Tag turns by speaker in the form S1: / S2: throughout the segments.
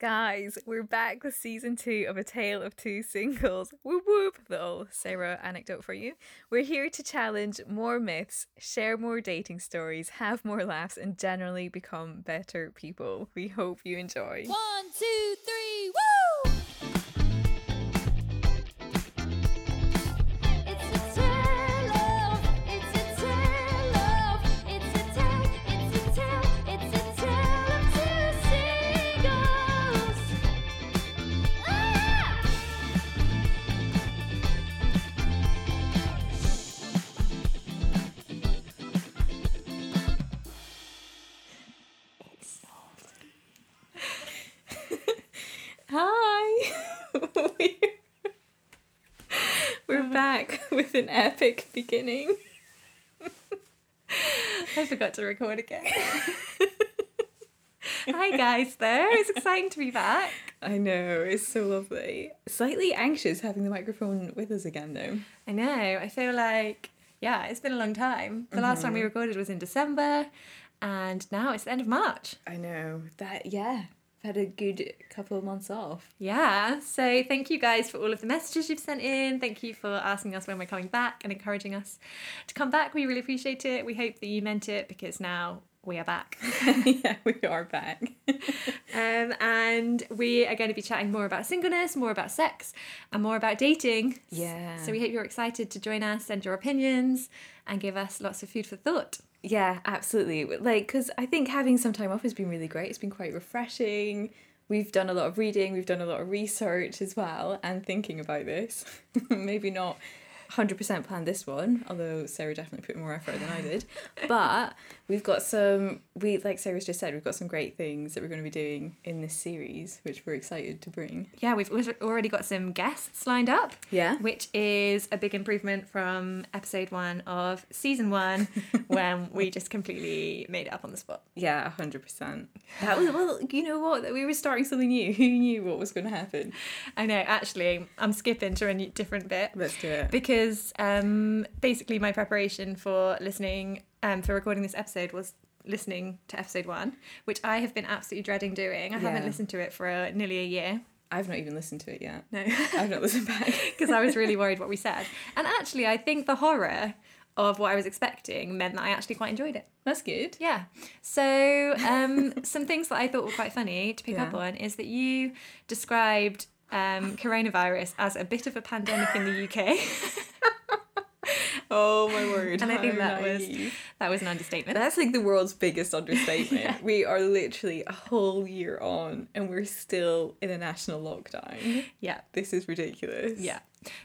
S1: Guys, we're back with season two of A Tale of Two Singles. Whoop whoop, little Sarah anecdote for you. We're here to challenge more myths, share more dating stories, have more laughs, and generally become better people. We hope you enjoy.
S2: One, two, three, woo! It's a tale of, it's a tale of, it's a tale, it's a tale, it's a tale of two seagulls. Ah!
S1: Hi! We're- we're back with an epic beginning.
S3: I forgot to record again.
S1: Hi, guys, there. It's exciting to be back. I know, it's so lovely. Slightly anxious having the microphone with us again, though.
S3: I know. I feel like, yeah, it's been a long time. The last time we recorded was in December, and now it's the end of March.
S1: I know that. Yeah, I've had a good couple of months off.
S3: Yeah. So thank you guys for all of the messages you've sent in. Thank you for asking us when we're coming back and encouraging us to come back. We really appreciate it. We hope that you meant it because now we are back.
S1: yeah, we are back.
S3: Um, and we are going to be chatting more about singleness, more about sex, and more about dating.
S1: Yeah.
S3: So we hope you're excited to join us, send your opinions, and give us lots of food for thought.
S1: yeah, absolutely. Like, because I think having some time off has been really great. It's been quite refreshing. We've done a lot of reading. We've done a lot of research as well, and thinking about this. Maybe not. 100% planned this one, although Sarah definitely put more effort than I did. But we've got some, we like Sarah's just said, we've got some great things that we're going to be doing in this series, which we're excited to bring.
S3: Yeah, we've al- already got some guests lined up.
S1: Yeah.
S3: Which is a big improvement from episode one of season one, when we just completely made it up on the spot.
S1: Yeah, hundred percent. That was well. You know what? That we were starting something new. Who knew what was going to happen?
S3: I know, actually, I'm skipping to a new- different bit.
S1: Let's do it.
S3: because um, basically my preparation for listening um, for recording this episode was listening to episode one which i have been absolutely dreading doing i haven't
S1: Yeah.
S3: listened to it for uh, nearly a year
S1: I've not even listened to it yet.
S3: no
S1: I've not listened back.
S3: because i was really worried what we said and actually i think the horror of what i was expecting meant that i actually quite enjoyed it
S1: That's good.
S3: yeah so um, some things that i thought were quite funny to pick
S1: Yeah.
S3: up on is that you described um, coronavirus as a bit of a pandemic in the uk
S1: Oh my word!
S3: And I think
S1: how
S3: that was-
S1: naive.
S3: that was an understatement
S1: That's like the world's biggest understatement. We are literally a whole year on, and we're still in a national lockdown.
S3: yeah
S1: This is ridiculous.
S3: Yeah.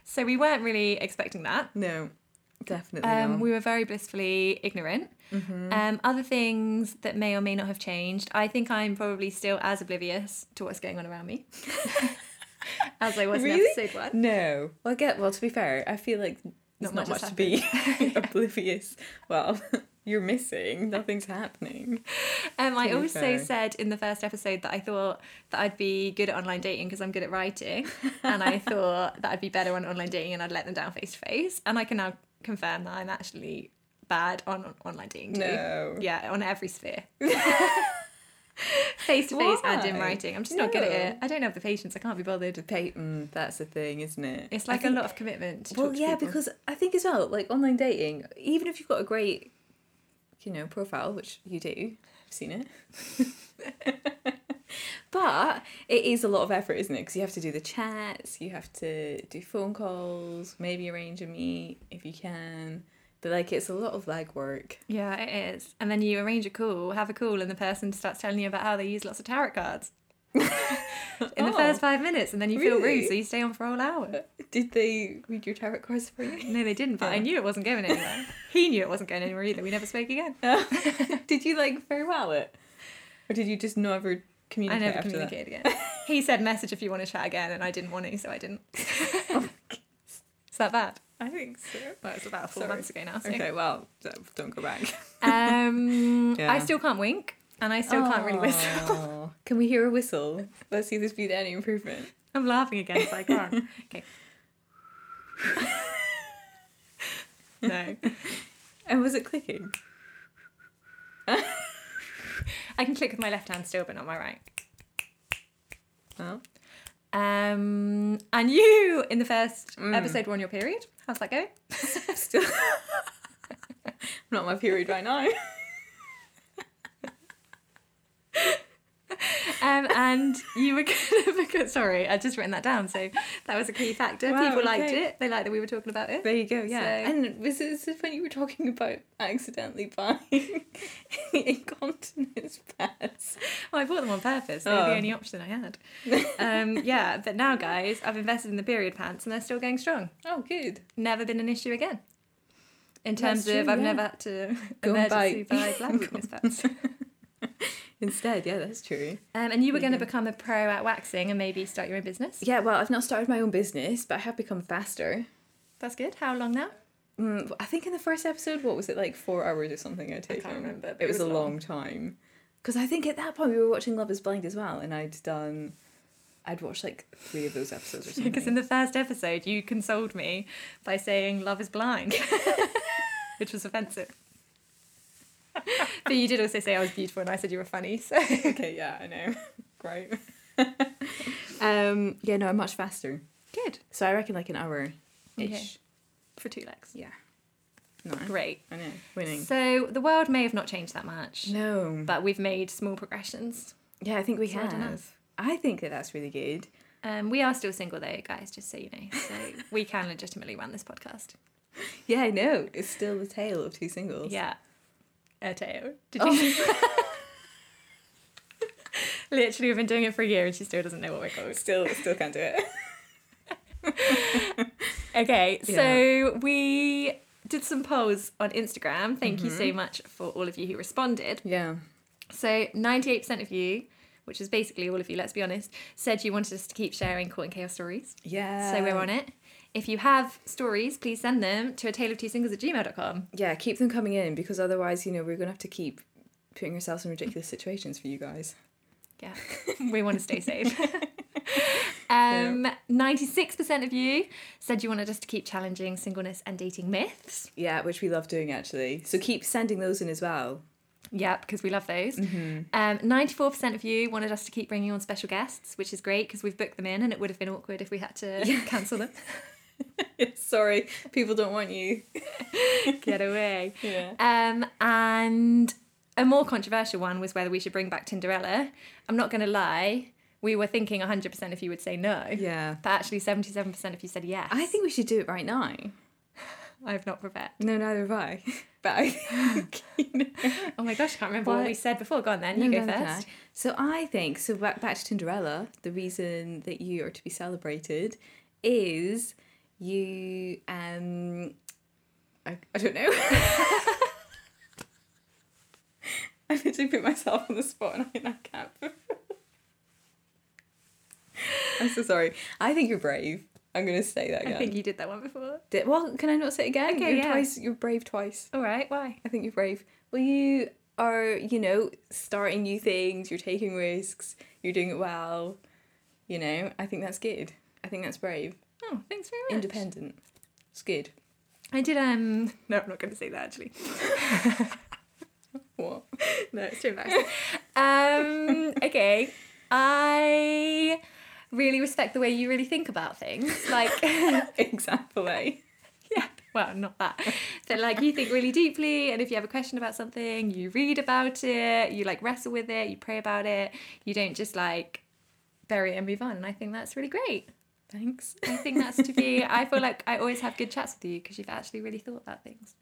S3: So we weren't really expecting that.
S1: No, definitely
S3: Um,
S1: not.
S3: we were very blissfully ignorant. Um, other things that may or may not have changed. I think I'm probably still as oblivious to what's going on around me as I was
S1: Really?
S3: in episode one.
S1: No. Well, get well. To be fair, I feel like there's not,
S3: Not
S1: much,
S3: much has
S1: to be oblivious. Well, you're missing. Nothing's happening.
S3: Um, I
S1: To be
S3: also
S1: fair.
S3: said in the first episode that I thought that I'd be good at online dating because I'm good at writing, and I thought that I'd be better on online dating and I'd let them down face to face. And I can now confirm that I'm actually bad on, on online dating too.
S1: No.
S3: Yeah, on every sphere. Face to face and in
S1: Why?
S3: writing. I'm just not good at
S1: No.
S3: it. I don't have the patience. I can't be bothered.
S1: The Peyton, mm, that's the thing, isn't it?
S3: It's like
S1: a
S3: a lot of commitment. To
S1: Well,
S3: talk to
S1: yeah,
S3: people.
S1: because I think as well, like online dating, even if you've got a great, you know, profile, which you do, I've seen it. but it is a lot of effort, isn't it? Because you have to do the chats, you have to do phone calls, maybe arrange a meet if you can. But like, it's a lot of legwork.
S3: yeah, it is. And then you arrange a call, have a call, and the person starts telling you about how they use lots of tarot cards in
S1: Oh.
S3: the first five minutes, and then you feel rude,
S1: Really?
S3: so you stay on for a whole hour.
S1: Did they read your tarot cards for you?
S3: No, they didn't. But I
S1: Yeah.
S3: knew it wasn't going anywhere. he knew it wasn't going anywhere either. We never spoke again.
S1: did you like farewell it, or did you just never
S3: I
S1: communicate?
S3: never
S1: after that?
S3: communicated again. He said message if you want to chat again, and I didn't want to, so I didn't. Is that bad?
S1: I think so.
S3: Well, it was about four
S1: Sorry.
S3: months ago now. So.
S1: Okay, well, d- don't go back.
S3: Um, I
S1: Yeah.
S3: still can't wink, and I still can't really whistle.
S1: Aw. Can we hear a whistle? Let's see if there's been any improvement.
S3: I'm laughing again, so I can't. Okay. no,
S1: And was it clicking?
S3: I can click with my left hand still, but not my right.
S1: Oh.
S3: Um, and you in the first
S1: Mm.
S3: episode were on your period. How's that going?
S1: Still not my period right now.
S3: Um, and you were gonna because sorry, I'd just written that down, so that was a key factor.
S1: Wow,
S3: People liked
S1: okay.
S3: it. They liked that we were talking about it.
S1: There you go, yeah.
S3: So-
S1: And this is so funny you were talking about accidentally buying incontinence pads.
S3: Oh, I bought them on purpose. They were
S1: Oh.
S3: the only option I had. Um, yeah, but now guys, I've invested in the period pants and they're still going strong.
S1: Oh, good.
S3: Never been an issue again. In terms
S1: That's
S3: of
S1: true,
S3: I've
S1: yeah.
S3: never had to
S1: Go and buy-
S3: emergency buy bladder weakness pads.
S1: Instead, yeah, that's true.
S3: Um, and you were going to become a pro at waxing and maybe start your own business.
S1: Yeah, well, I've not started my own business, but I have become faster.
S3: That's good. How long now?
S1: Mm, I think in the first episode, what was it like four hours or something? I'd taken.
S3: remember, but
S1: It, was, a long, time because I think at that point we were watching Love Is Blind as well, and I'd done, I'd watched like three of those episodes or something.
S3: Because in the first episode, you consoled me by saying love is blind, which was offensive. but you did also say I was beautiful and I said you were funny. So
S1: okay, yeah, I know, great. um, yeah, no, I'm much faster.
S3: good
S1: So I reckon like an hour, ish.
S3: Okay. for two legs.
S1: Yeah. No.
S3: Great.
S1: I know. Winning.
S3: So the world may have not changed that much,
S1: no.
S3: but we've made small progressions.
S1: yeah, I think we
S3: It's hard
S1: have.
S3: enough.
S1: I think that that's really good.
S3: Um, we are still single though, guys, just so you know. So we can legitimately run this podcast.
S1: Yeah, I know. It's still the tale of two singles.
S3: Yeah. Erteo. Did you? Literally, we've been doing it for a year and she still doesn't know what we're called.
S1: Still, still can't do it.
S3: Okay,
S1: Yeah.
S3: so we did some polls on Instagram. Thank you so much for all of you who responded.
S1: Yeah.
S3: So, 98% of you, which is basically all of you, let's be honest, said you wanted us to keep sharing Court and Chaos stories.
S1: Yeah.
S3: so, we're on it. If you have stories, please send them to a tale of two singles at gmail.com.
S1: Yeah, keep them coming in because otherwise, you know, we're gonna have to keep putting ourselves in ridiculous situations for you guys.
S3: Yeah, we want to stay safe. um, 96% of you said you wanted us to keep challenging singleness and dating myths.
S1: Yeah, which we love doing actually. So keep sending those in as well.
S3: Yeah, because we love those.
S1: Mm-hmm.
S3: Um, 94% of you wanted us to keep bringing on special guests, which is great because we've booked them in and it would have been awkward if we had to cancel them.
S1: Sorry, people don't want you.
S3: Get away.
S1: Yeah.
S3: Um, and a more controversial one was whether we should bring back Tinderella. I'm not going to lie, we were thinking 100% if you would say no.
S1: Yeah.
S3: But actually, 77% if you said yes.
S1: I think we should do it right now.
S3: I've not prepared.
S1: No, neither have I. But I think you know.
S3: Oh my gosh, I can't remember what,
S1: What?
S3: we said before. Go on then, you
S1: No,
S3: go
S1: no, no.
S3: first.
S1: So I think so. Back, back to Tinderella. The reason that you are to be celebrated is you. um I, I don't know. I literally put myself on the spot and I, and I can't. I'm so sorry. I think you're brave. I'm gonna say that again.
S3: I think you did that one before.
S1: Di- well, can I not say it again?
S3: Okay,
S1: you're
S3: yeah.
S1: twice. You're brave twice.
S3: All right, why?
S1: I think you're brave. Well, you are, you know, starting new things, you're taking risks, you're doing it well. You know, I think that's good. I think that's brave.
S3: Oh, thanks very much.
S1: Independent. It's good.
S3: I did. Um, no, I'm not going to say that actually.
S1: What?
S3: No, it's too embarrassing. um, okay, I really respect the way you really think about things. Like,
S1: Example A.
S3: yeah, well, not that, but like you think really deeply, and if you have a question about something, you read about it, you like wrestle with it, you pray about it. You don't just like bury it and move on. And I think that's really great.
S1: Thanks.
S3: I think that's to be. I feel like I always have good chats with you because you've actually really thought about things,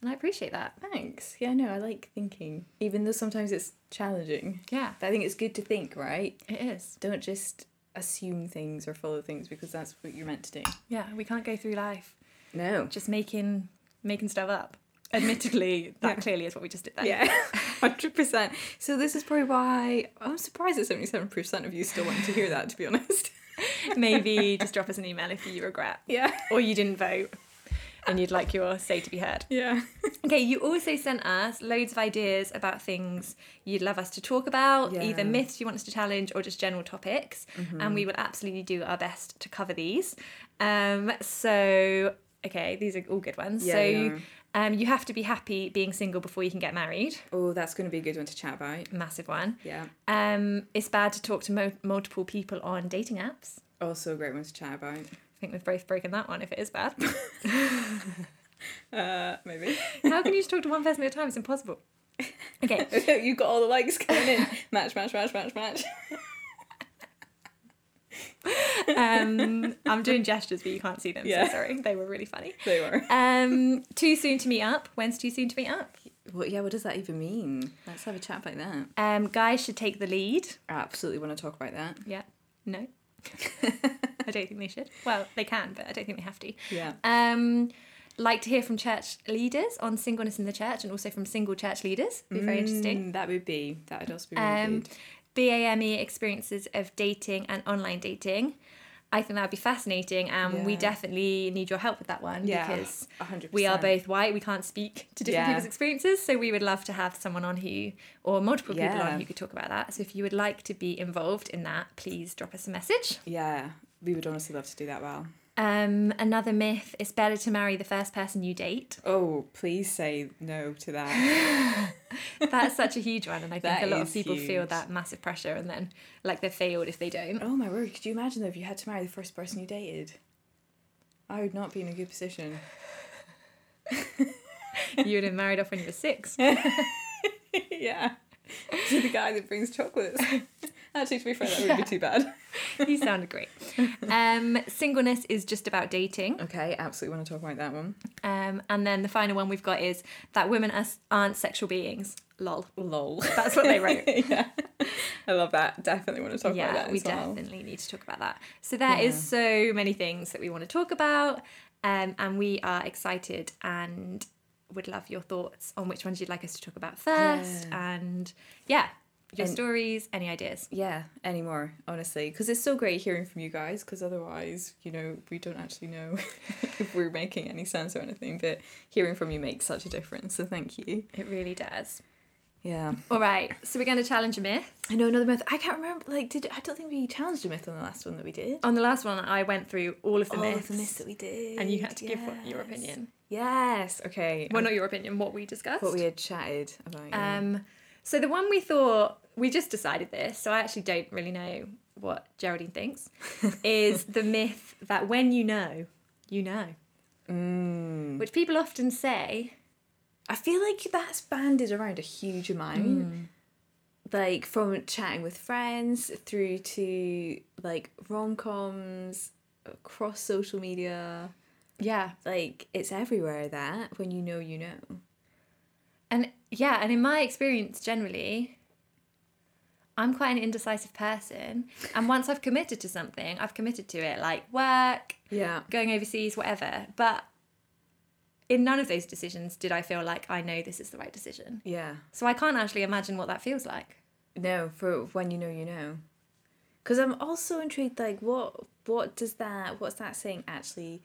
S3: and I appreciate that.
S1: Thanks. Yeah, no, I like thinking, even though sometimes it's challenging.
S3: Yeah,
S1: But I think it's good to think, right?
S3: it is.
S1: Don't just assume things or follow things because that's what you're meant to do.
S3: Yeah, we can't go through life
S1: No.
S3: just making making stuff up. Admittedly, that
S1: Yeah.
S3: clearly is what we just did there.
S1: Yeah, hundred percent. So this is probably why I'm surprised that seventy-seven percent of you still want to hear that. To be honest,
S3: Maybe just drop us an email if you regret
S1: yeah,
S3: or you didn't vote and you'd like your say to be heard.
S1: yeah,
S3: Okay, you also sent us loads of ideas about things you'd love us to talk about,
S1: Yeah. Mm-hmm.
S3: either myths you want us to challenge or just general topics, and we will absolutely do our best to cover these. Um, so okay, these are all good ones.
S1: Yeah,
S3: so
S1: they are.
S3: um, you have to be happy being single before you can get married.
S1: Oh, that's going to be a good one to chat about.
S3: Massive one.
S1: Yeah.
S3: Um, it's bad to talk to mo- multiple people on dating apps.
S1: Also a great one to chat about.
S3: I think we've both broken that one if it is bad.
S1: Uh, maybe.
S3: How can you just talk to one person at a time? It's impossible. Okay.
S1: you got all the likes coming in. Match, match, match, match, match.
S3: Um, I'm doing gestures, but you can't see them.
S1: Yeah.
S3: So sorry. They were really funny.
S1: They were.
S3: Um, too soon to meet up. When's too soon to meet up?
S1: Well, yeah, what does that even mean? Let's have a chat about that.
S3: Um, guys should take the lead.
S1: I absolutely want to talk about that.
S3: Yeah. No. I don't think they should. Well, they can, but I don't think they have to.
S1: Yeah.
S3: Um, like to hear from church leaders on singleness in the church and also from single church leaders. Be very interesting.
S1: Mm, that would be, that would also be really
S3: Um,
S1: good.
S3: BAME E experiences of dating and online dating. I think that would be fascinating, and we
S1: Yeah.
S3: definitely need your help with that one
S1: Yeah,
S3: because
S1: 100%.
S3: we are both white. We can't speak to different
S1: Yeah.
S3: people's experiences, so we would love to have someone on who, or multiple people
S1: Yeah.
S3: on who could talk about that. So if you would like to be involved in that, please drop us a message.
S1: Yeah, we would honestly love to do that well.
S3: Um, another myth: it's better to marry the first person you date.
S1: Oh, please say no to that.
S3: That's such a huge one, and I think
S1: That
S3: a lot
S1: is
S3: of people feel
S1: huge.
S3: that massive pressure, and then like they're failed if they don't.
S1: oh my word, could you imagine though if you had to marry the first person you dated? I would not be in a good position.
S3: You would have married off when you were six.
S1: yeah. To the guy that brings chocolates. Actually, to be fair, that wouldn't be too bad.
S3: You sounded great. Um, singleness is just about dating.
S1: Okay, absolutely want to talk about that one.
S3: Um, and then the final one we've got is that women as- aren't sexual beings. Lol.
S1: Lol.
S3: That's what they wrote.
S1: yeah. I love that. Definitely want to talk about
S3: yeah,
S1: that
S3: we
S1: as well.
S3: definitely need to talk about that. So there is so many things that we want to talk about, um, and we are excited and would love your thoughts on which ones you'd like us to talk about first, and yeah, your
S1: And-
S3: stories, any ideas.
S1: Yeah, anymore, honestly. Because it's so great hearing from you guys, because otherwise, you know, we don't actually know if we're making any sense or anything, but hearing from you makes such a difference, so thank you.
S3: It really does.
S1: Yeah.
S3: All right, so we're going to challenge a myth.
S1: I know another myth. I can't remember, like, did I don't think we challenged a myth on the last one that we did.
S3: On the last one, I went through all of the
S1: All
S3: myths,
S1: of the myths that we did.
S3: and you had to give what, your
S1: yes.
S3: opinion.
S1: Yes, okay.
S3: Well, not your opinion, what we discussed.
S1: what we had chatted about. yeah.
S3: Um, so the one we thought we just decided this, so I actually don't really know what Geraldine thinks, is the myth that when you know, you know,
S1: Mm.
S3: which people often say.
S1: I feel like that's banded around a huge amount.
S3: Mm.
S1: Like from chatting with friends through to like rom coms, across social media.
S3: Yeah,
S1: Like it's everywhere that when you know, you know.
S3: and yeah, and in my experience generally, I'm quite an indecisive person, and once I've committed to something, I've committed to it, like work,
S1: Yeah.
S3: going overseas, whatever. But in none of those decisions did I feel like I know this is the right decision.
S1: Yeah.
S3: So I can't actually imagine what that feels like.
S1: No, for when you know, you know. Because I'm also intrigued, like, what what does that, what's that saying actually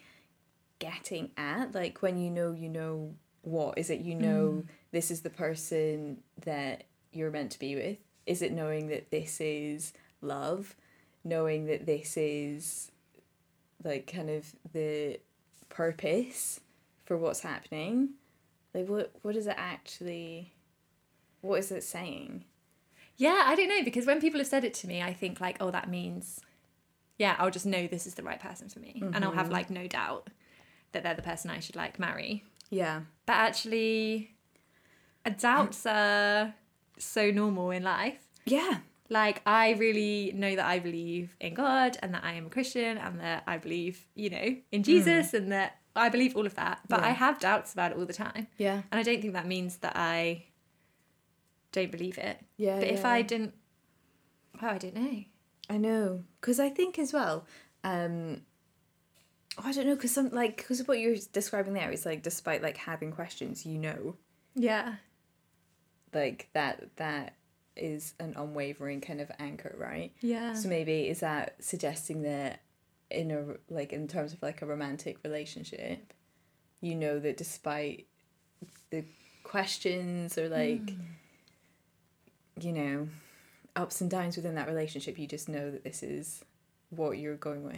S1: getting at? Like, when you know, you know what? Is it you know this is the person that you're meant to be with? Is it knowing that this is love? Knowing that this is, like, kind of the purpose for what's happening? Like, what, what is it actually, what is it saying?
S3: Yeah, I don't know because when people have said it to me, I think like, oh, that means, yeah, I'll just know this is the right person for me, and I'll have like no doubt that they're the person I should like marry.
S1: Yeah.
S3: But actually, doubts are so normal in life.
S1: Yeah.
S3: Like I really know that I believe in God and that I am a Christian and that I believe, you know, in Jesus and that I believe all of that. But I
S1: Yeah.
S3: have doubts about it all the time.
S1: Yeah.
S3: And I don't think that means that I don't believe it.
S1: Yeah.
S3: But if I didn't, oh, I don't know.
S1: I know, because I think as well. um oh, I don't know, because some like because what you're describing there is like despite like having questions, you know,
S3: Yeah.
S1: like that that is an unwavering kind of anchor, right?
S3: Yeah.
S1: So maybe is that suggesting that in a like in terms of like a romantic relationship, you know that despite the questions
S3: Hmm.
S1: or like you know ups and downs within that relationship, you just know that this is what you're going with.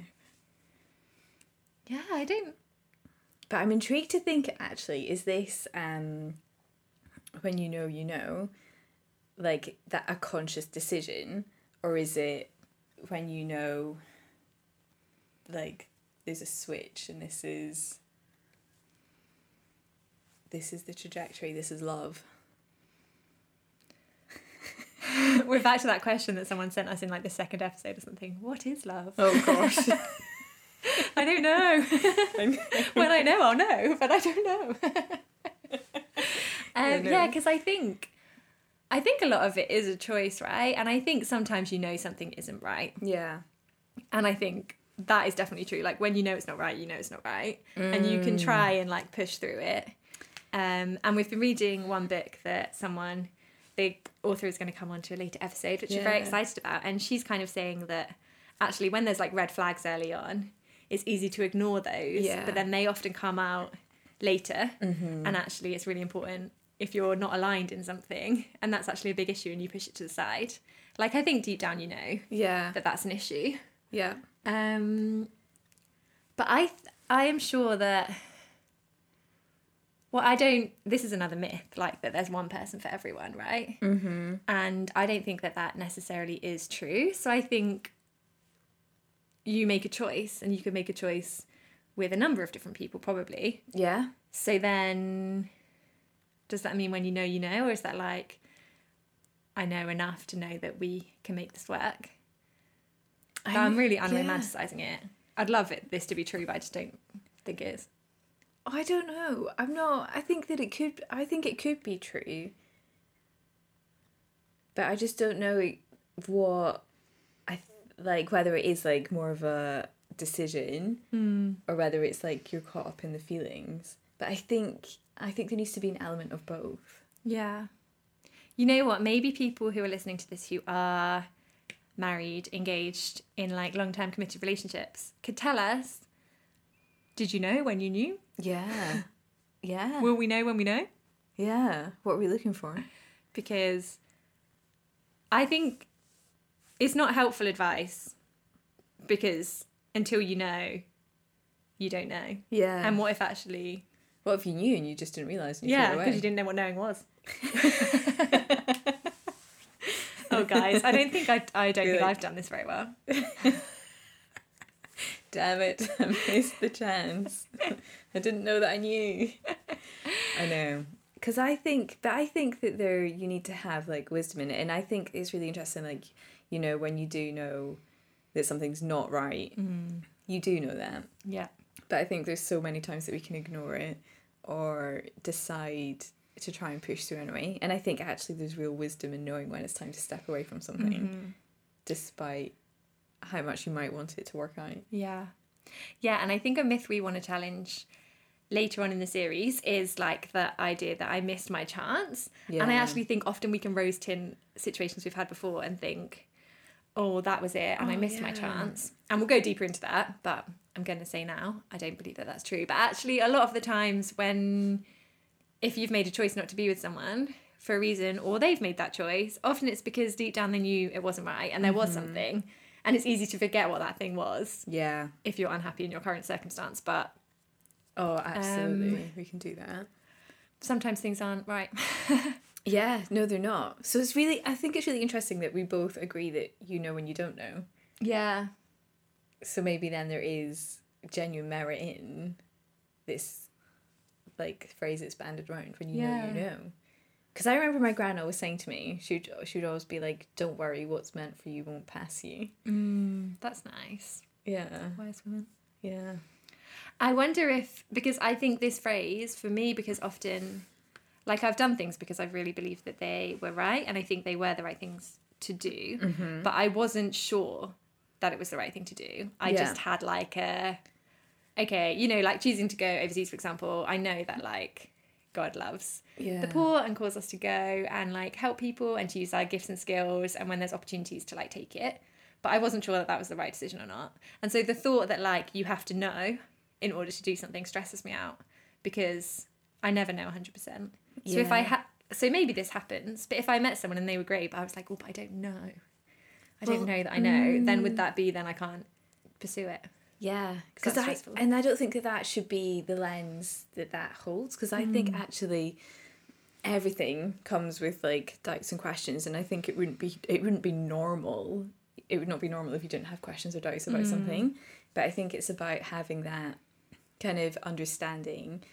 S3: yeah, I don't.
S1: But I'm intrigued to think actually, is this um when you know you know, like that a conscious decision, or is it when you know like there's a switch and this is this is the trajectory, this is love.
S3: We're back to that question that someone sent us in like the second episode or something. What is love?
S1: Oh gosh.
S3: I don't know. when I know, I'll know, but I don't know. um,
S1: know.
S3: yeah, because I think, I think a lot of it is a choice, right? And I think sometimes you know something isn't right,
S1: yeah.
S3: and I think that is definitely true. Like when you know it's not right, you know it's not right, and you
S1: Mm.
S3: can try and like push through it. Um, and we've been reading one book that someone, the author is going to come on to a later episode, which we're very
S1: Yeah.
S3: excited about. And she's kind of saying that actually, when there's like red flags early on, it's easy to ignore those,
S1: Yeah. Mm.
S3: but then they often come out later.
S1: Mm-hmm.
S3: And actually, it's really important if you're not aligned in something, and that's actually a big issue, and you push it to the side. Like, I think deep down, you know
S1: Yeah.
S3: that that's an issue.
S1: Yeah.
S3: Um, but I th- I am sure that. Well, I don't. This is another myth, like that there's one person for everyone, right? Mm-hmm. And I don't think that that necessarily is true. So I think you make a choice, and you can make a choice with a number of different people, probably.
S1: Yeah.
S3: So then, does that mean when you know, you know, or is that like, I know enough to know that we can make this work? But I'm really
S1: yeah.
S3: unromanticising it. I'd love it this to be true, but I just don't think it is.
S1: I don't know. I'm not. I think that it could. I think it could be true. But I just don't know it- what I th- like. Whether it is like more of a decision, or whether it's like you're caught up in the feelings. But I think I think there needs to be an element of both.
S3: Yeah. You know what? Maybe people who are listening to this who are married, engaged in like long term committed relationships could tell us Did you know when you knew?
S1: Yeah, yeah,
S3: Will we know when we know?
S1: yeah. What are we looking for?
S3: because I think it's not helpful advice because until you know, you don't know.
S1: Yeah.
S3: And
S1: And
S3: what if actually,
S1: what if you knew and you just didn't realize? And you
S3: yeah,
S1: threw it
S3: because
S1: away?
S3: you didn't know what knowing was. oh, guys, I don't think I, I don't think
S1: Really?
S3: I've done this very well.
S1: Damn it, I missed the chance. I didn't know that I knew. I know. Because I think, but I think that there you need to have like wisdom in it. And I think it's really interesting, like, you know, when you do know that something's not right, you do know that.
S3: Yeah,
S1: But I think there's so many times that we can ignore it or decide to try and push through anyway. And I think actually there's real wisdom in knowing when it's time to step away from something, despite how much you might want it to work out.
S3: yeah, yeah. And I think a myth we want to challenge later on in the series is like the idea that I missed my chance. And I
S1: Yeah.
S3: actually think often we can roast in situations we've had before and think, oh, that was it, and I
S1: Oh,
S3: missed my
S1: yeah.
S3: chance. And we'll go deeper into that, but I'm going to say now, I don't believe that that's true. But actually, a lot of the times when, if you've made a choice not to be with someone for a reason, or they've made that choice, often it's because deep down they knew it wasn't right and there was
S1: Mm-hmm.
S3: something. And it's easy to forget what that thing was
S1: Yeah.
S3: if you're unhappy in your current circumstance, but
S1: Oh, absolutely. we can do that.
S3: sometimes things aren't right.
S1: Yeah, no, they're not. So it's really, I think it's really interesting that we both agree that you know when you don't know.
S3: Yeah.
S1: So maybe then there is genuine merit in this, like, phrase that's banded around when you know
S3: Yeah.
S1: you know. Because I remember my gran always saying to me, she would, she would always be like, don't worry, what's meant for you won't pass you.
S3: That's nice.
S1: Yeah,
S3: Wise women.
S1: yeah.
S3: I wonder if because I think this phrase for me because often like I've done things because I've really believed that they were right and I think they were the right things to do but I wasn't sure that it was the right thing to do. I
S1: Yeah.
S3: just had like a okay, you know, like choosing to go overseas for example, I know that like God loves
S1: Yeah.
S3: the poor and cause us to go and like help people and to use our gifts and skills and when there's opportunities to like take it but i wasn't sure that that was the right decision or not and so the thought that like you have to know in order to do something stresses me out because i never know 100% so if i
S1: Yeah.
S3: ha- so maybe this happens but if i met someone and they were great but i was like oh but i don't know i don't
S1: Well, mm.
S3: know that i know then would that be then i can't pursue it
S1: Yeah,
S3: Because
S1: because
S3: that's
S1: I
S3: stressful.
S1: and I don't think that that should be the lens that that holds. Because I think
S3: Mm.
S1: actually everything comes with like doubts and questions, and I think it wouldn't be it wouldn't be normal. It would not be normal if you didn't have questions or doubts about
S3: Mm.
S1: something. But I think it's about having that kind of understanding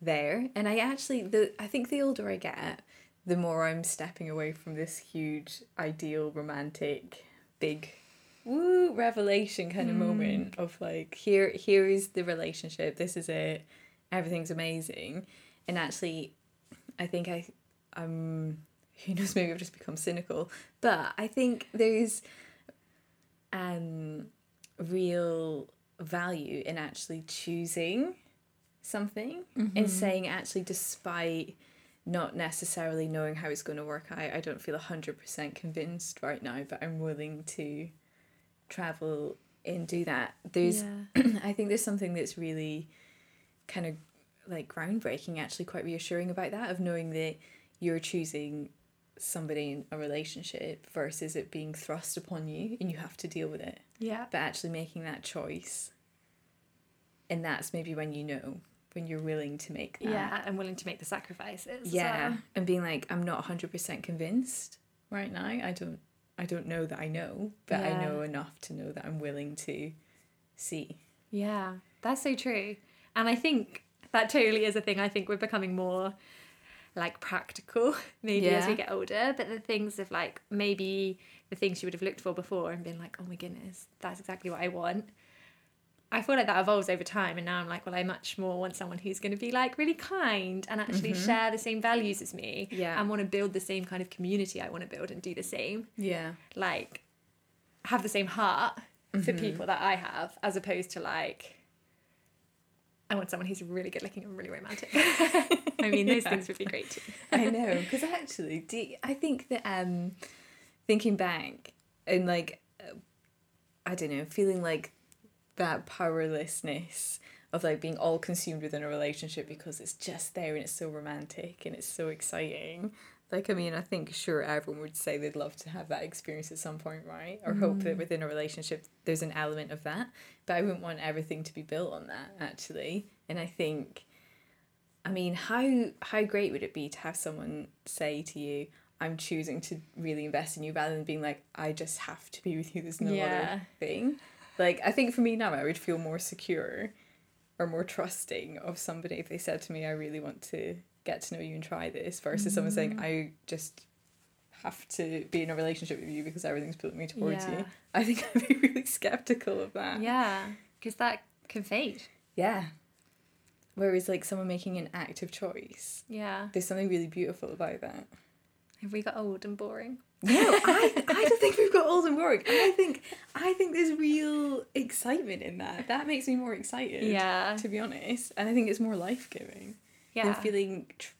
S1: there. And I actually the I think the older I get, the more I'm stepping away from this huge ideal romantic big woo revelation kind of moment of like here here is the relationship this is it everything's amazing and actually i think i um who knows maybe i've just become cynical but i think there's um real value in actually choosing something and saying actually despite not necessarily knowing how it's going to work out i don't feel 100% convinced right now but i'm willing to travel and do that there's i think there's something that's really kind of like groundbreaking actually quite reassuring about that of knowing that you're choosing somebody in a relationship versus it being thrust upon you and you have to deal with it
S3: Yeah.
S1: but actually making that choice and that's maybe when you know when you're willing to make that
S3: Yeah. I'm willing to make the sacrifices. as
S1: yeah
S3: well.
S1: and being like i'm not 100% convinced right now i don't i don't know that i know but i
S3: Yeah.
S1: know enough to know that i'm willing to see
S3: Yeah, that's so true. And I think that totally is a thing. I think we're becoming more like practical maybe as we
S1: Yeah.
S3: get older. But the things of like maybe the things you would have looked for before and been like, oh my goodness, that's exactly what I want. I feel like that evolves over time. And now I'm like, well, I much more want someone who's going to be like really kind and actually share the same values as me
S1: Mm-hmm. Yeah.
S3: and want to build the same kind of community I want to build and do the same
S1: yeah
S3: like have the same heart for people that I have, as opposed to like I want someone who's really good looking and really romantic. I mean, those
S1: Yeah.
S3: things would be great too.
S1: I know, because actually, do I think that um, thinking back and like, uh, I don't know, feeling like that powerlessness of like being all consumed within a relationship because it's just there and it's so romantic and it's so exciting. Like, I mean, I think sure everyone would say they'd love to have that experience at some point, right? Or hope that within a relationship there's an element of that. But I wouldn't want everything to be built on that, actually. And I think I mean, how how great would it be to have someone say to you, "I'm choosing to really invest in you," rather than being like, "I just have to be with you. There's no
S3: Yeah.
S1: other thing." Like, I think for me now, I would feel more secure or more trusting of somebody if they said to me, "I really want to get to know you and try this," versus someone saying, "I just have to be in a relationship with you because everything's pulling me towards
S3: Yeah.
S1: you." I think I'd be really skeptical of that.
S3: Yeah, because that can fade.
S1: Yeah. Whereas, like, someone making an active choice.
S3: Yeah.
S1: There's something really beautiful about that.
S3: Have we got old and boring?
S1: No, I, I don't think we've got old and boring. I think I think there's real excitement in that. That makes me more excited.
S3: Yeah.
S1: To be honest, and I think it's more life giving
S3: Yeah.
S1: than feeling tr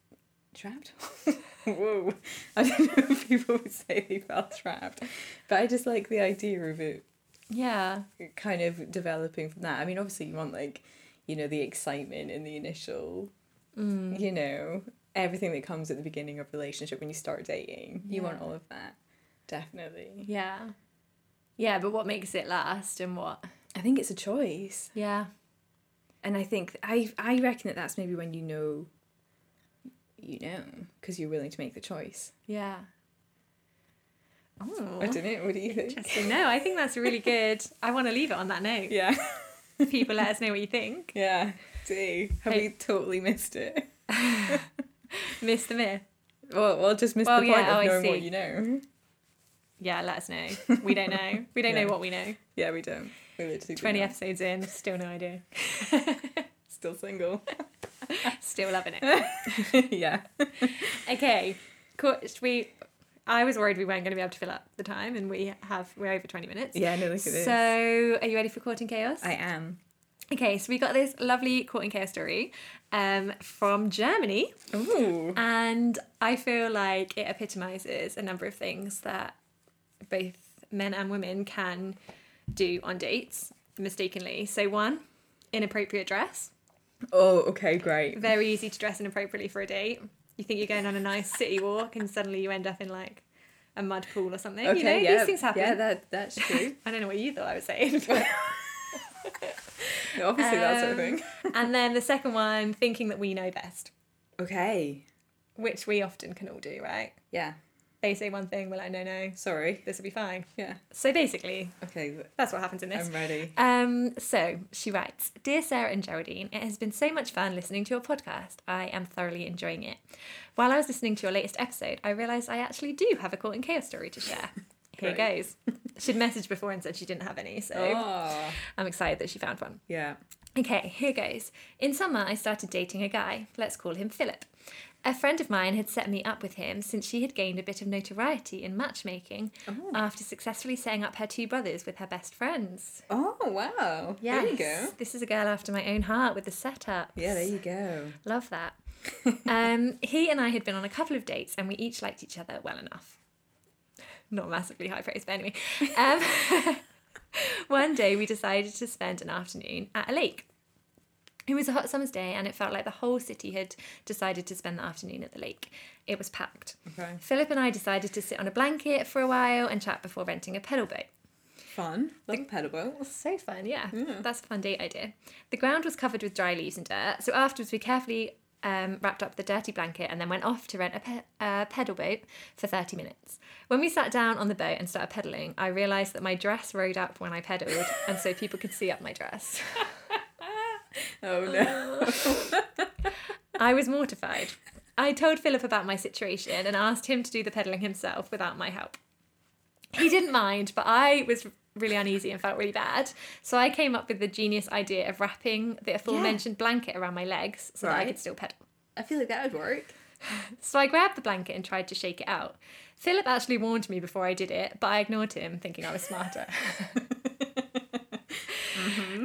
S1: trapped. Whoa, I don't know if people would say they felt trapped, but I just like the idea of it
S3: yeah.
S1: kind of developing from that. I mean, obviously, you want like, you know, the excitement and the initial, you know, everything that comes at the beginning of relationship when you start dating. You want
S3: Yeah.
S1: all of that, definitely.
S3: Yeah. Yeah, but what makes it last and what?
S1: I think it's a choice,
S3: Yeah.
S1: and I think I I reckon that that's maybe when you know. You know, because you're willing to make the choice.
S3: Yeah.
S1: I
S3: Oh.
S1: don't know. What do you think?
S3: Interesting. No, I think that's really good. I want to leave it on that note.
S1: Yeah,
S3: People, let us know what you think.
S1: yeah. Do have
S3: Hey.
S1: we totally missed it?
S3: Miss the myth.
S1: Well, well, just missed
S3: Well,
S1: the
S3: yeah,
S1: point
S3: oh,
S1: of
S3: I
S1: knowing what
S3: see.
S1: you know.
S3: Yeah, let us know. We don't know. We don't
S1: Yeah.
S3: know what we know.
S1: Yeah, we don't. We literally do
S3: 20
S1: not.
S3: episodes in, still no idea.
S1: Still single.
S3: Still loving it.
S1: yeah.
S3: Okay. Cool. Should we I was worried we weren't going to be able to fill up the time and we have we're over 20 minutes.
S1: Yeah, no, look at this.
S3: So, are you ready for Court and Chaos?
S1: I am.
S3: Okay, so we got this lovely Court and Chaos story um, from Germany.
S1: Ooh.
S3: And I feel like it epitomizes a number of things that both men and women can do on dates mistakenly. So, one, inappropriate dress.
S1: Oh, okay, great.
S3: Very easy to dress inappropriately for a date. You think you're going on a nice city walk and suddenly you end up in like a mud pool or something.
S1: Okay,
S3: you know,
S1: yeah,
S3: these things happen.
S1: Yeah, that that's true.
S3: I don't know what you thought I was saying. But
S1: Obviously, that sort of
S3: Um,
S1: thing.
S3: and then the second one, thinking that we know best,
S1: Okay.
S3: which we often can all do, right?
S1: Yeah.
S3: They say one thing, we're like, no, no,
S1: Sorry.
S3: this will be fine.
S1: Yeah.
S3: So basically,
S1: Okay.
S3: that's what happens in this.
S1: I'm ready.
S3: Um, so she writes, Dear Sarah and Geraldine, it has been so much fun listening to your podcast. I am thoroughly enjoying it. While I was listening to your latest episode, I realised I actually do have a Caught in Chaos story to share. Here
S1: Great.
S3: goes. She'd messaged before and said she didn't have any, so
S1: Oh.
S3: I'm excited that she found one.
S1: Yeah.
S3: Okay, here goes. In summer, I started dating a guy. Let's call him Philip. A friend of mine had set me up with him since she had gained a bit of notoriety in matchmaking
S1: Oh.
S3: after successfully setting up her two brothers with her best friends.
S1: Oh, wow.
S3: Yes.
S1: There you go.
S3: This is a girl after my own heart with the setup.
S1: Yeah, there you go.
S3: Love that. um, he and I had been on a couple of dates and we each liked each other well enough. Not massively high praise, but anyway. Um, one day we decided to spend an afternoon at a lake. It was a hot summer's day and it felt like the whole city had decided to spend the afternoon at the lake. It was packed.
S1: Okay.
S3: Philip and I decided to sit on a blanket for a while and chat before renting a pedal boat.
S1: Fun. Love pedal boats.
S3: So fun, yeah. That's a fun date idea. The ground was covered with dry leaves and dirt, so afterwards we carefully um, wrapped up the dirty blanket and then went off to rent a pe- uh, pedal boat for 30 minutes. When we sat down on the boat and started pedaling, I realised that my dress rode up when I pedaled, and so people could see up my dress.
S1: Oh, no.
S3: I was mortified. I told Philip about my situation and asked him to do the pedaling himself without my help. He didn't mind, but I was really uneasy and felt really bad. So I came up with the genius idea of wrapping the aforementioned blanket around my legs so that I
S1: Right.
S3: could still pedal.
S1: I feel like that would work.
S3: So I grabbed the blanket and tried to shake it out. Philip actually warned me before I did it, but I ignored him, thinking I was smarter.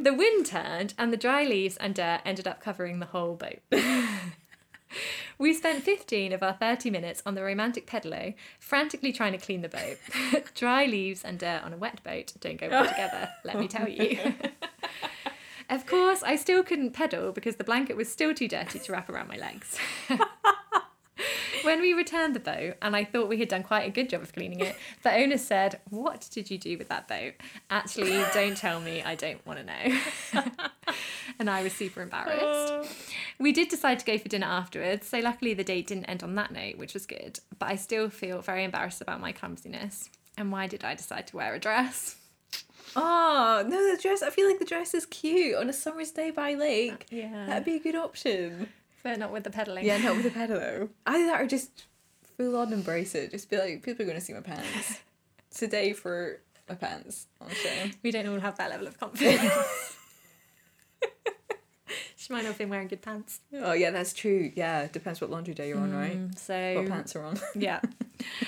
S3: The wind turned, and the dry leaves and dirt ended up covering the whole boat. we spent 15 of our 30 minutes on the romantic pedalo, frantically trying to clean the boat. dry leaves and dirt on a wet boat don't go well together, let me tell you. of course, I still couldn't pedal because the blanket was still too dirty to wrap around my legs. When we returned the boat, and I thought we had done quite a good job of cleaning it, the owner said, What did you do with that boat? Actually, don't tell me, I don't want to know. and I was super embarrassed.
S1: Oh.
S3: We did decide to go for dinner afterwards, so luckily the date didn't end on that note, which was good, but I still feel very embarrassed about my clumsiness. And why did I decide to wear a dress?
S1: Oh, no, the dress. I feel like the dress is cute on a summer's day by lake.
S3: Yeah.
S1: That'd be a good option.
S3: But not with the pedaling.
S1: Uh, Yeah, not with a pedalo. Either that or just full on embrace it. Just be like, people are going to see my pants. Today for my pants on show.
S3: We don't all have that level of confidence. she might not have been wearing good pants.
S1: Oh, yeah, Mm, that's true. Yeah, depends what laundry day you're on, right?
S3: So
S1: What pants are on.
S3: yeah.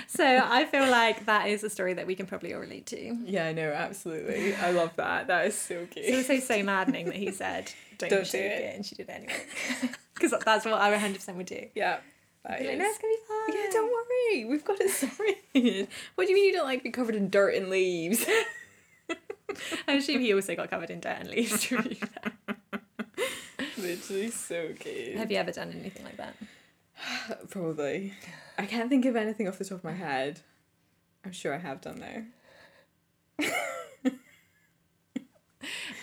S3: So I feel like that is a story that we can probably all relate to.
S1: yeah, no, absolutely. I love that. That is so cute.
S3: It's also so maddening that he said, "Don't,
S1: Don't do
S3: shake
S1: it.
S3: it. and she did it anyway, because that's what I 100 percent would do.
S1: yeah. that
S3: Be like,
S1: is.
S3: no, it's gonna be fun.
S1: Yeah, don't worry. We've got it sorted. What do you mean you don't like to be covered in dirt and leaves?
S3: I assume he also got covered in dirt and leaves. to be fair.
S1: Literally so cute.
S3: Have you ever done anything like that?
S1: Uh, Probably. I can't think of anything off the top of my head. I'm sure I have done though.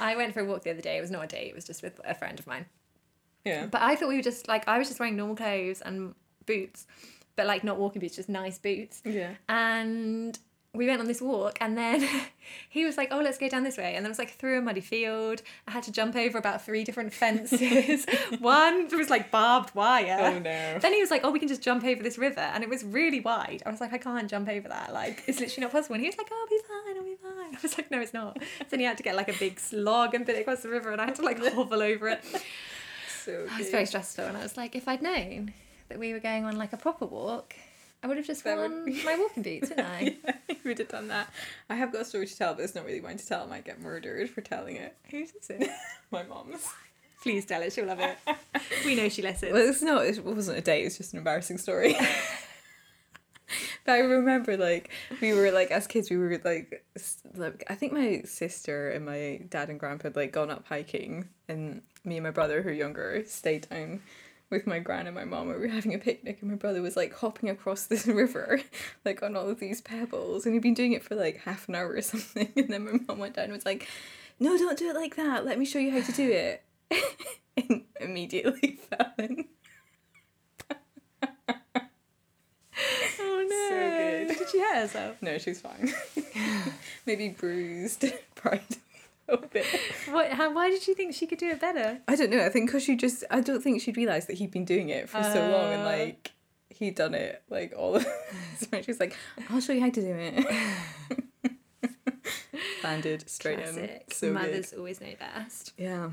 S3: I went for a walk the other day. It was not a date. It was just with a friend of mine.
S1: Yeah.
S3: But I thought we were just like I was just wearing normal clothes and boots, but like not walking boots, just nice boots.
S1: Yeah.
S3: and we went on this walk and then he was like oh let's go down this way and then it was like through a muddy field i had to jump over about three different fences one was like barbed wire
S1: Oh no.
S3: then he was like oh we can just jump over this river and it was really wide i was like i can't jump over that like it's literally not possible and he was like oh i'll be fine i'll be fine i was like no it's not so then he had to get like a big slog and put it across the river and i had to like hovel over it
S1: So
S3: it
S1: cute.
S3: was very stressful and i was like if i'd known that we were going on like a proper walk I would have just
S1: That would
S3: worn
S1: be-
S3: my walking boots, wouldn't I?
S1: Yeah, you would have done that. I have got a story to tell, but it's not really mine to tell. I might get murdered for telling it.
S3: Whose is it?
S1: My mom's.
S3: Please tell it. She'll love it. We know she listens.
S1: Well, it's not. It wasn't a date. It's just an embarrassing story. but I remember, like, we were like as kids, we were like, s- like, I think my sister and my dad and grandpa had like gone up hiking, and me and my brother, who are younger, stayed down with my gran and my mom. We were having a picnic, and my brother was like hopping across this river, like on all of these pebbles, and he'd been doing it for like half an hour or something, and then my mom went down and was like. no, don't do it like that. Let me show you how to do it. and immediately fell in.
S3: Oh no.
S1: good.
S3: Did she hurt herself?
S1: No, she's fine. Maybe bruised pride a little bit.
S3: What, how, why did she think she could do it better?
S1: I don't know. I think because she just, I don't think she'd realised that he'd been doing it for so long and
S3: Oh.
S1: like he'd done it like all of So she was like, I'll show you how to do it. Landed straight in.
S3: Classic.
S1: So
S3: Mothers always know best.
S1: good. Yeah.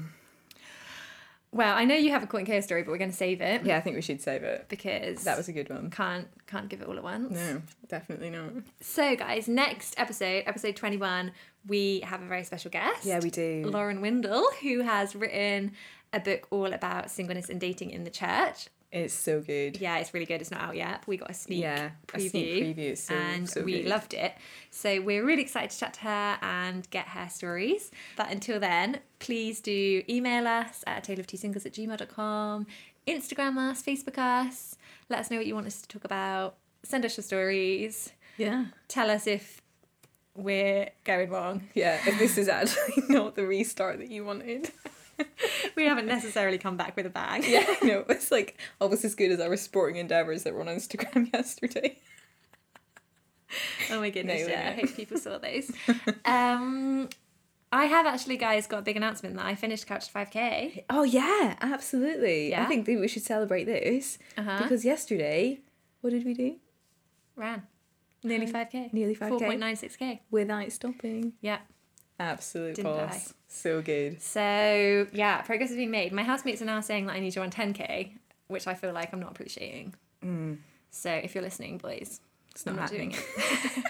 S3: Well, I know you have a Court and Chaos story, but we're going to save it
S1: Yeah, I think we should save it.
S3: because
S1: That was a good one.
S3: can't can't give it all at once.
S1: No, definitely not.
S3: So, guys, next episode, episode 21, we have a very special guest.
S1: Yeah, we do.
S3: Lauren Windle, who has written a book all about singleness and dating in the church.
S1: It's so good.
S3: Yeah, it's really good. It's not out yet, but we got a sneak
S1: Yeah,
S3: preview.
S1: a sneak preview. It's so,
S3: and
S1: so
S3: we
S1: good.
S3: loved it. So we're really excited to chat to her and get her stories. But until then, please do email us at taleoftwosingles at gmail.com, Instagram us, Facebook us, let us know what you want us to talk about, send us your stories,
S1: Yeah.
S3: tell us if we're going wrong.
S1: Yeah, if this is actually not the restart that you wanted.
S3: We haven't necessarily come back with a bang.
S1: Yeah, I know. It's like almost as good as our sporting endeavours that were on Instagram yesterday.
S3: Oh my goodness,
S1: Nailing
S3: yeah.
S1: it.
S3: I hope people saw those. um, I have actually, guys, got a big announcement that I finished Couch to 5K.
S1: Oh yeah, absolutely. I
S3: Yeah.
S1: think that we should celebrate this
S3: Uh-huh.
S1: because yesterday, what did we do?
S3: Ran. Nearly 5K.
S1: Nearly 5K.
S3: 4.96K.
S1: Without stopping.
S3: Yeah.
S1: Absolute
S3: Didn't
S1: boss. So good.
S3: So, yeah, progress is being made. My housemates are now saying that I need to run 10K, which I feel like I'm not appreciating. So, if you're listening, boys,
S1: It's Hmm. not
S3: I'm not
S1: happening.
S3: doing it.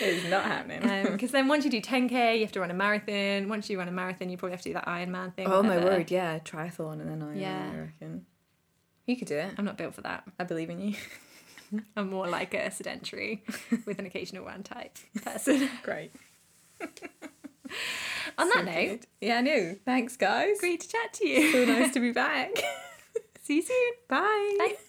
S1: It's not happening.
S3: Because Um, then once you do 10K, you have to run a marathon. Once you run a marathon, you probably have to do that Ironman thing.
S1: oh my
S3: whatever.
S1: word, yeah, triathlon and then I
S3: Yeah.
S1: I reckon. You could do it.
S3: I'm not built for that.
S1: I believe in you.
S3: I'm more like a sedentary with an occasional run type person.
S1: Great.
S3: On that
S1: So
S3: note,
S1: good. Yeah, I know. Thanks guys.
S3: great to chat to you.
S1: So nice to be back.
S3: See you soon.
S1: Bye.
S3: Bye.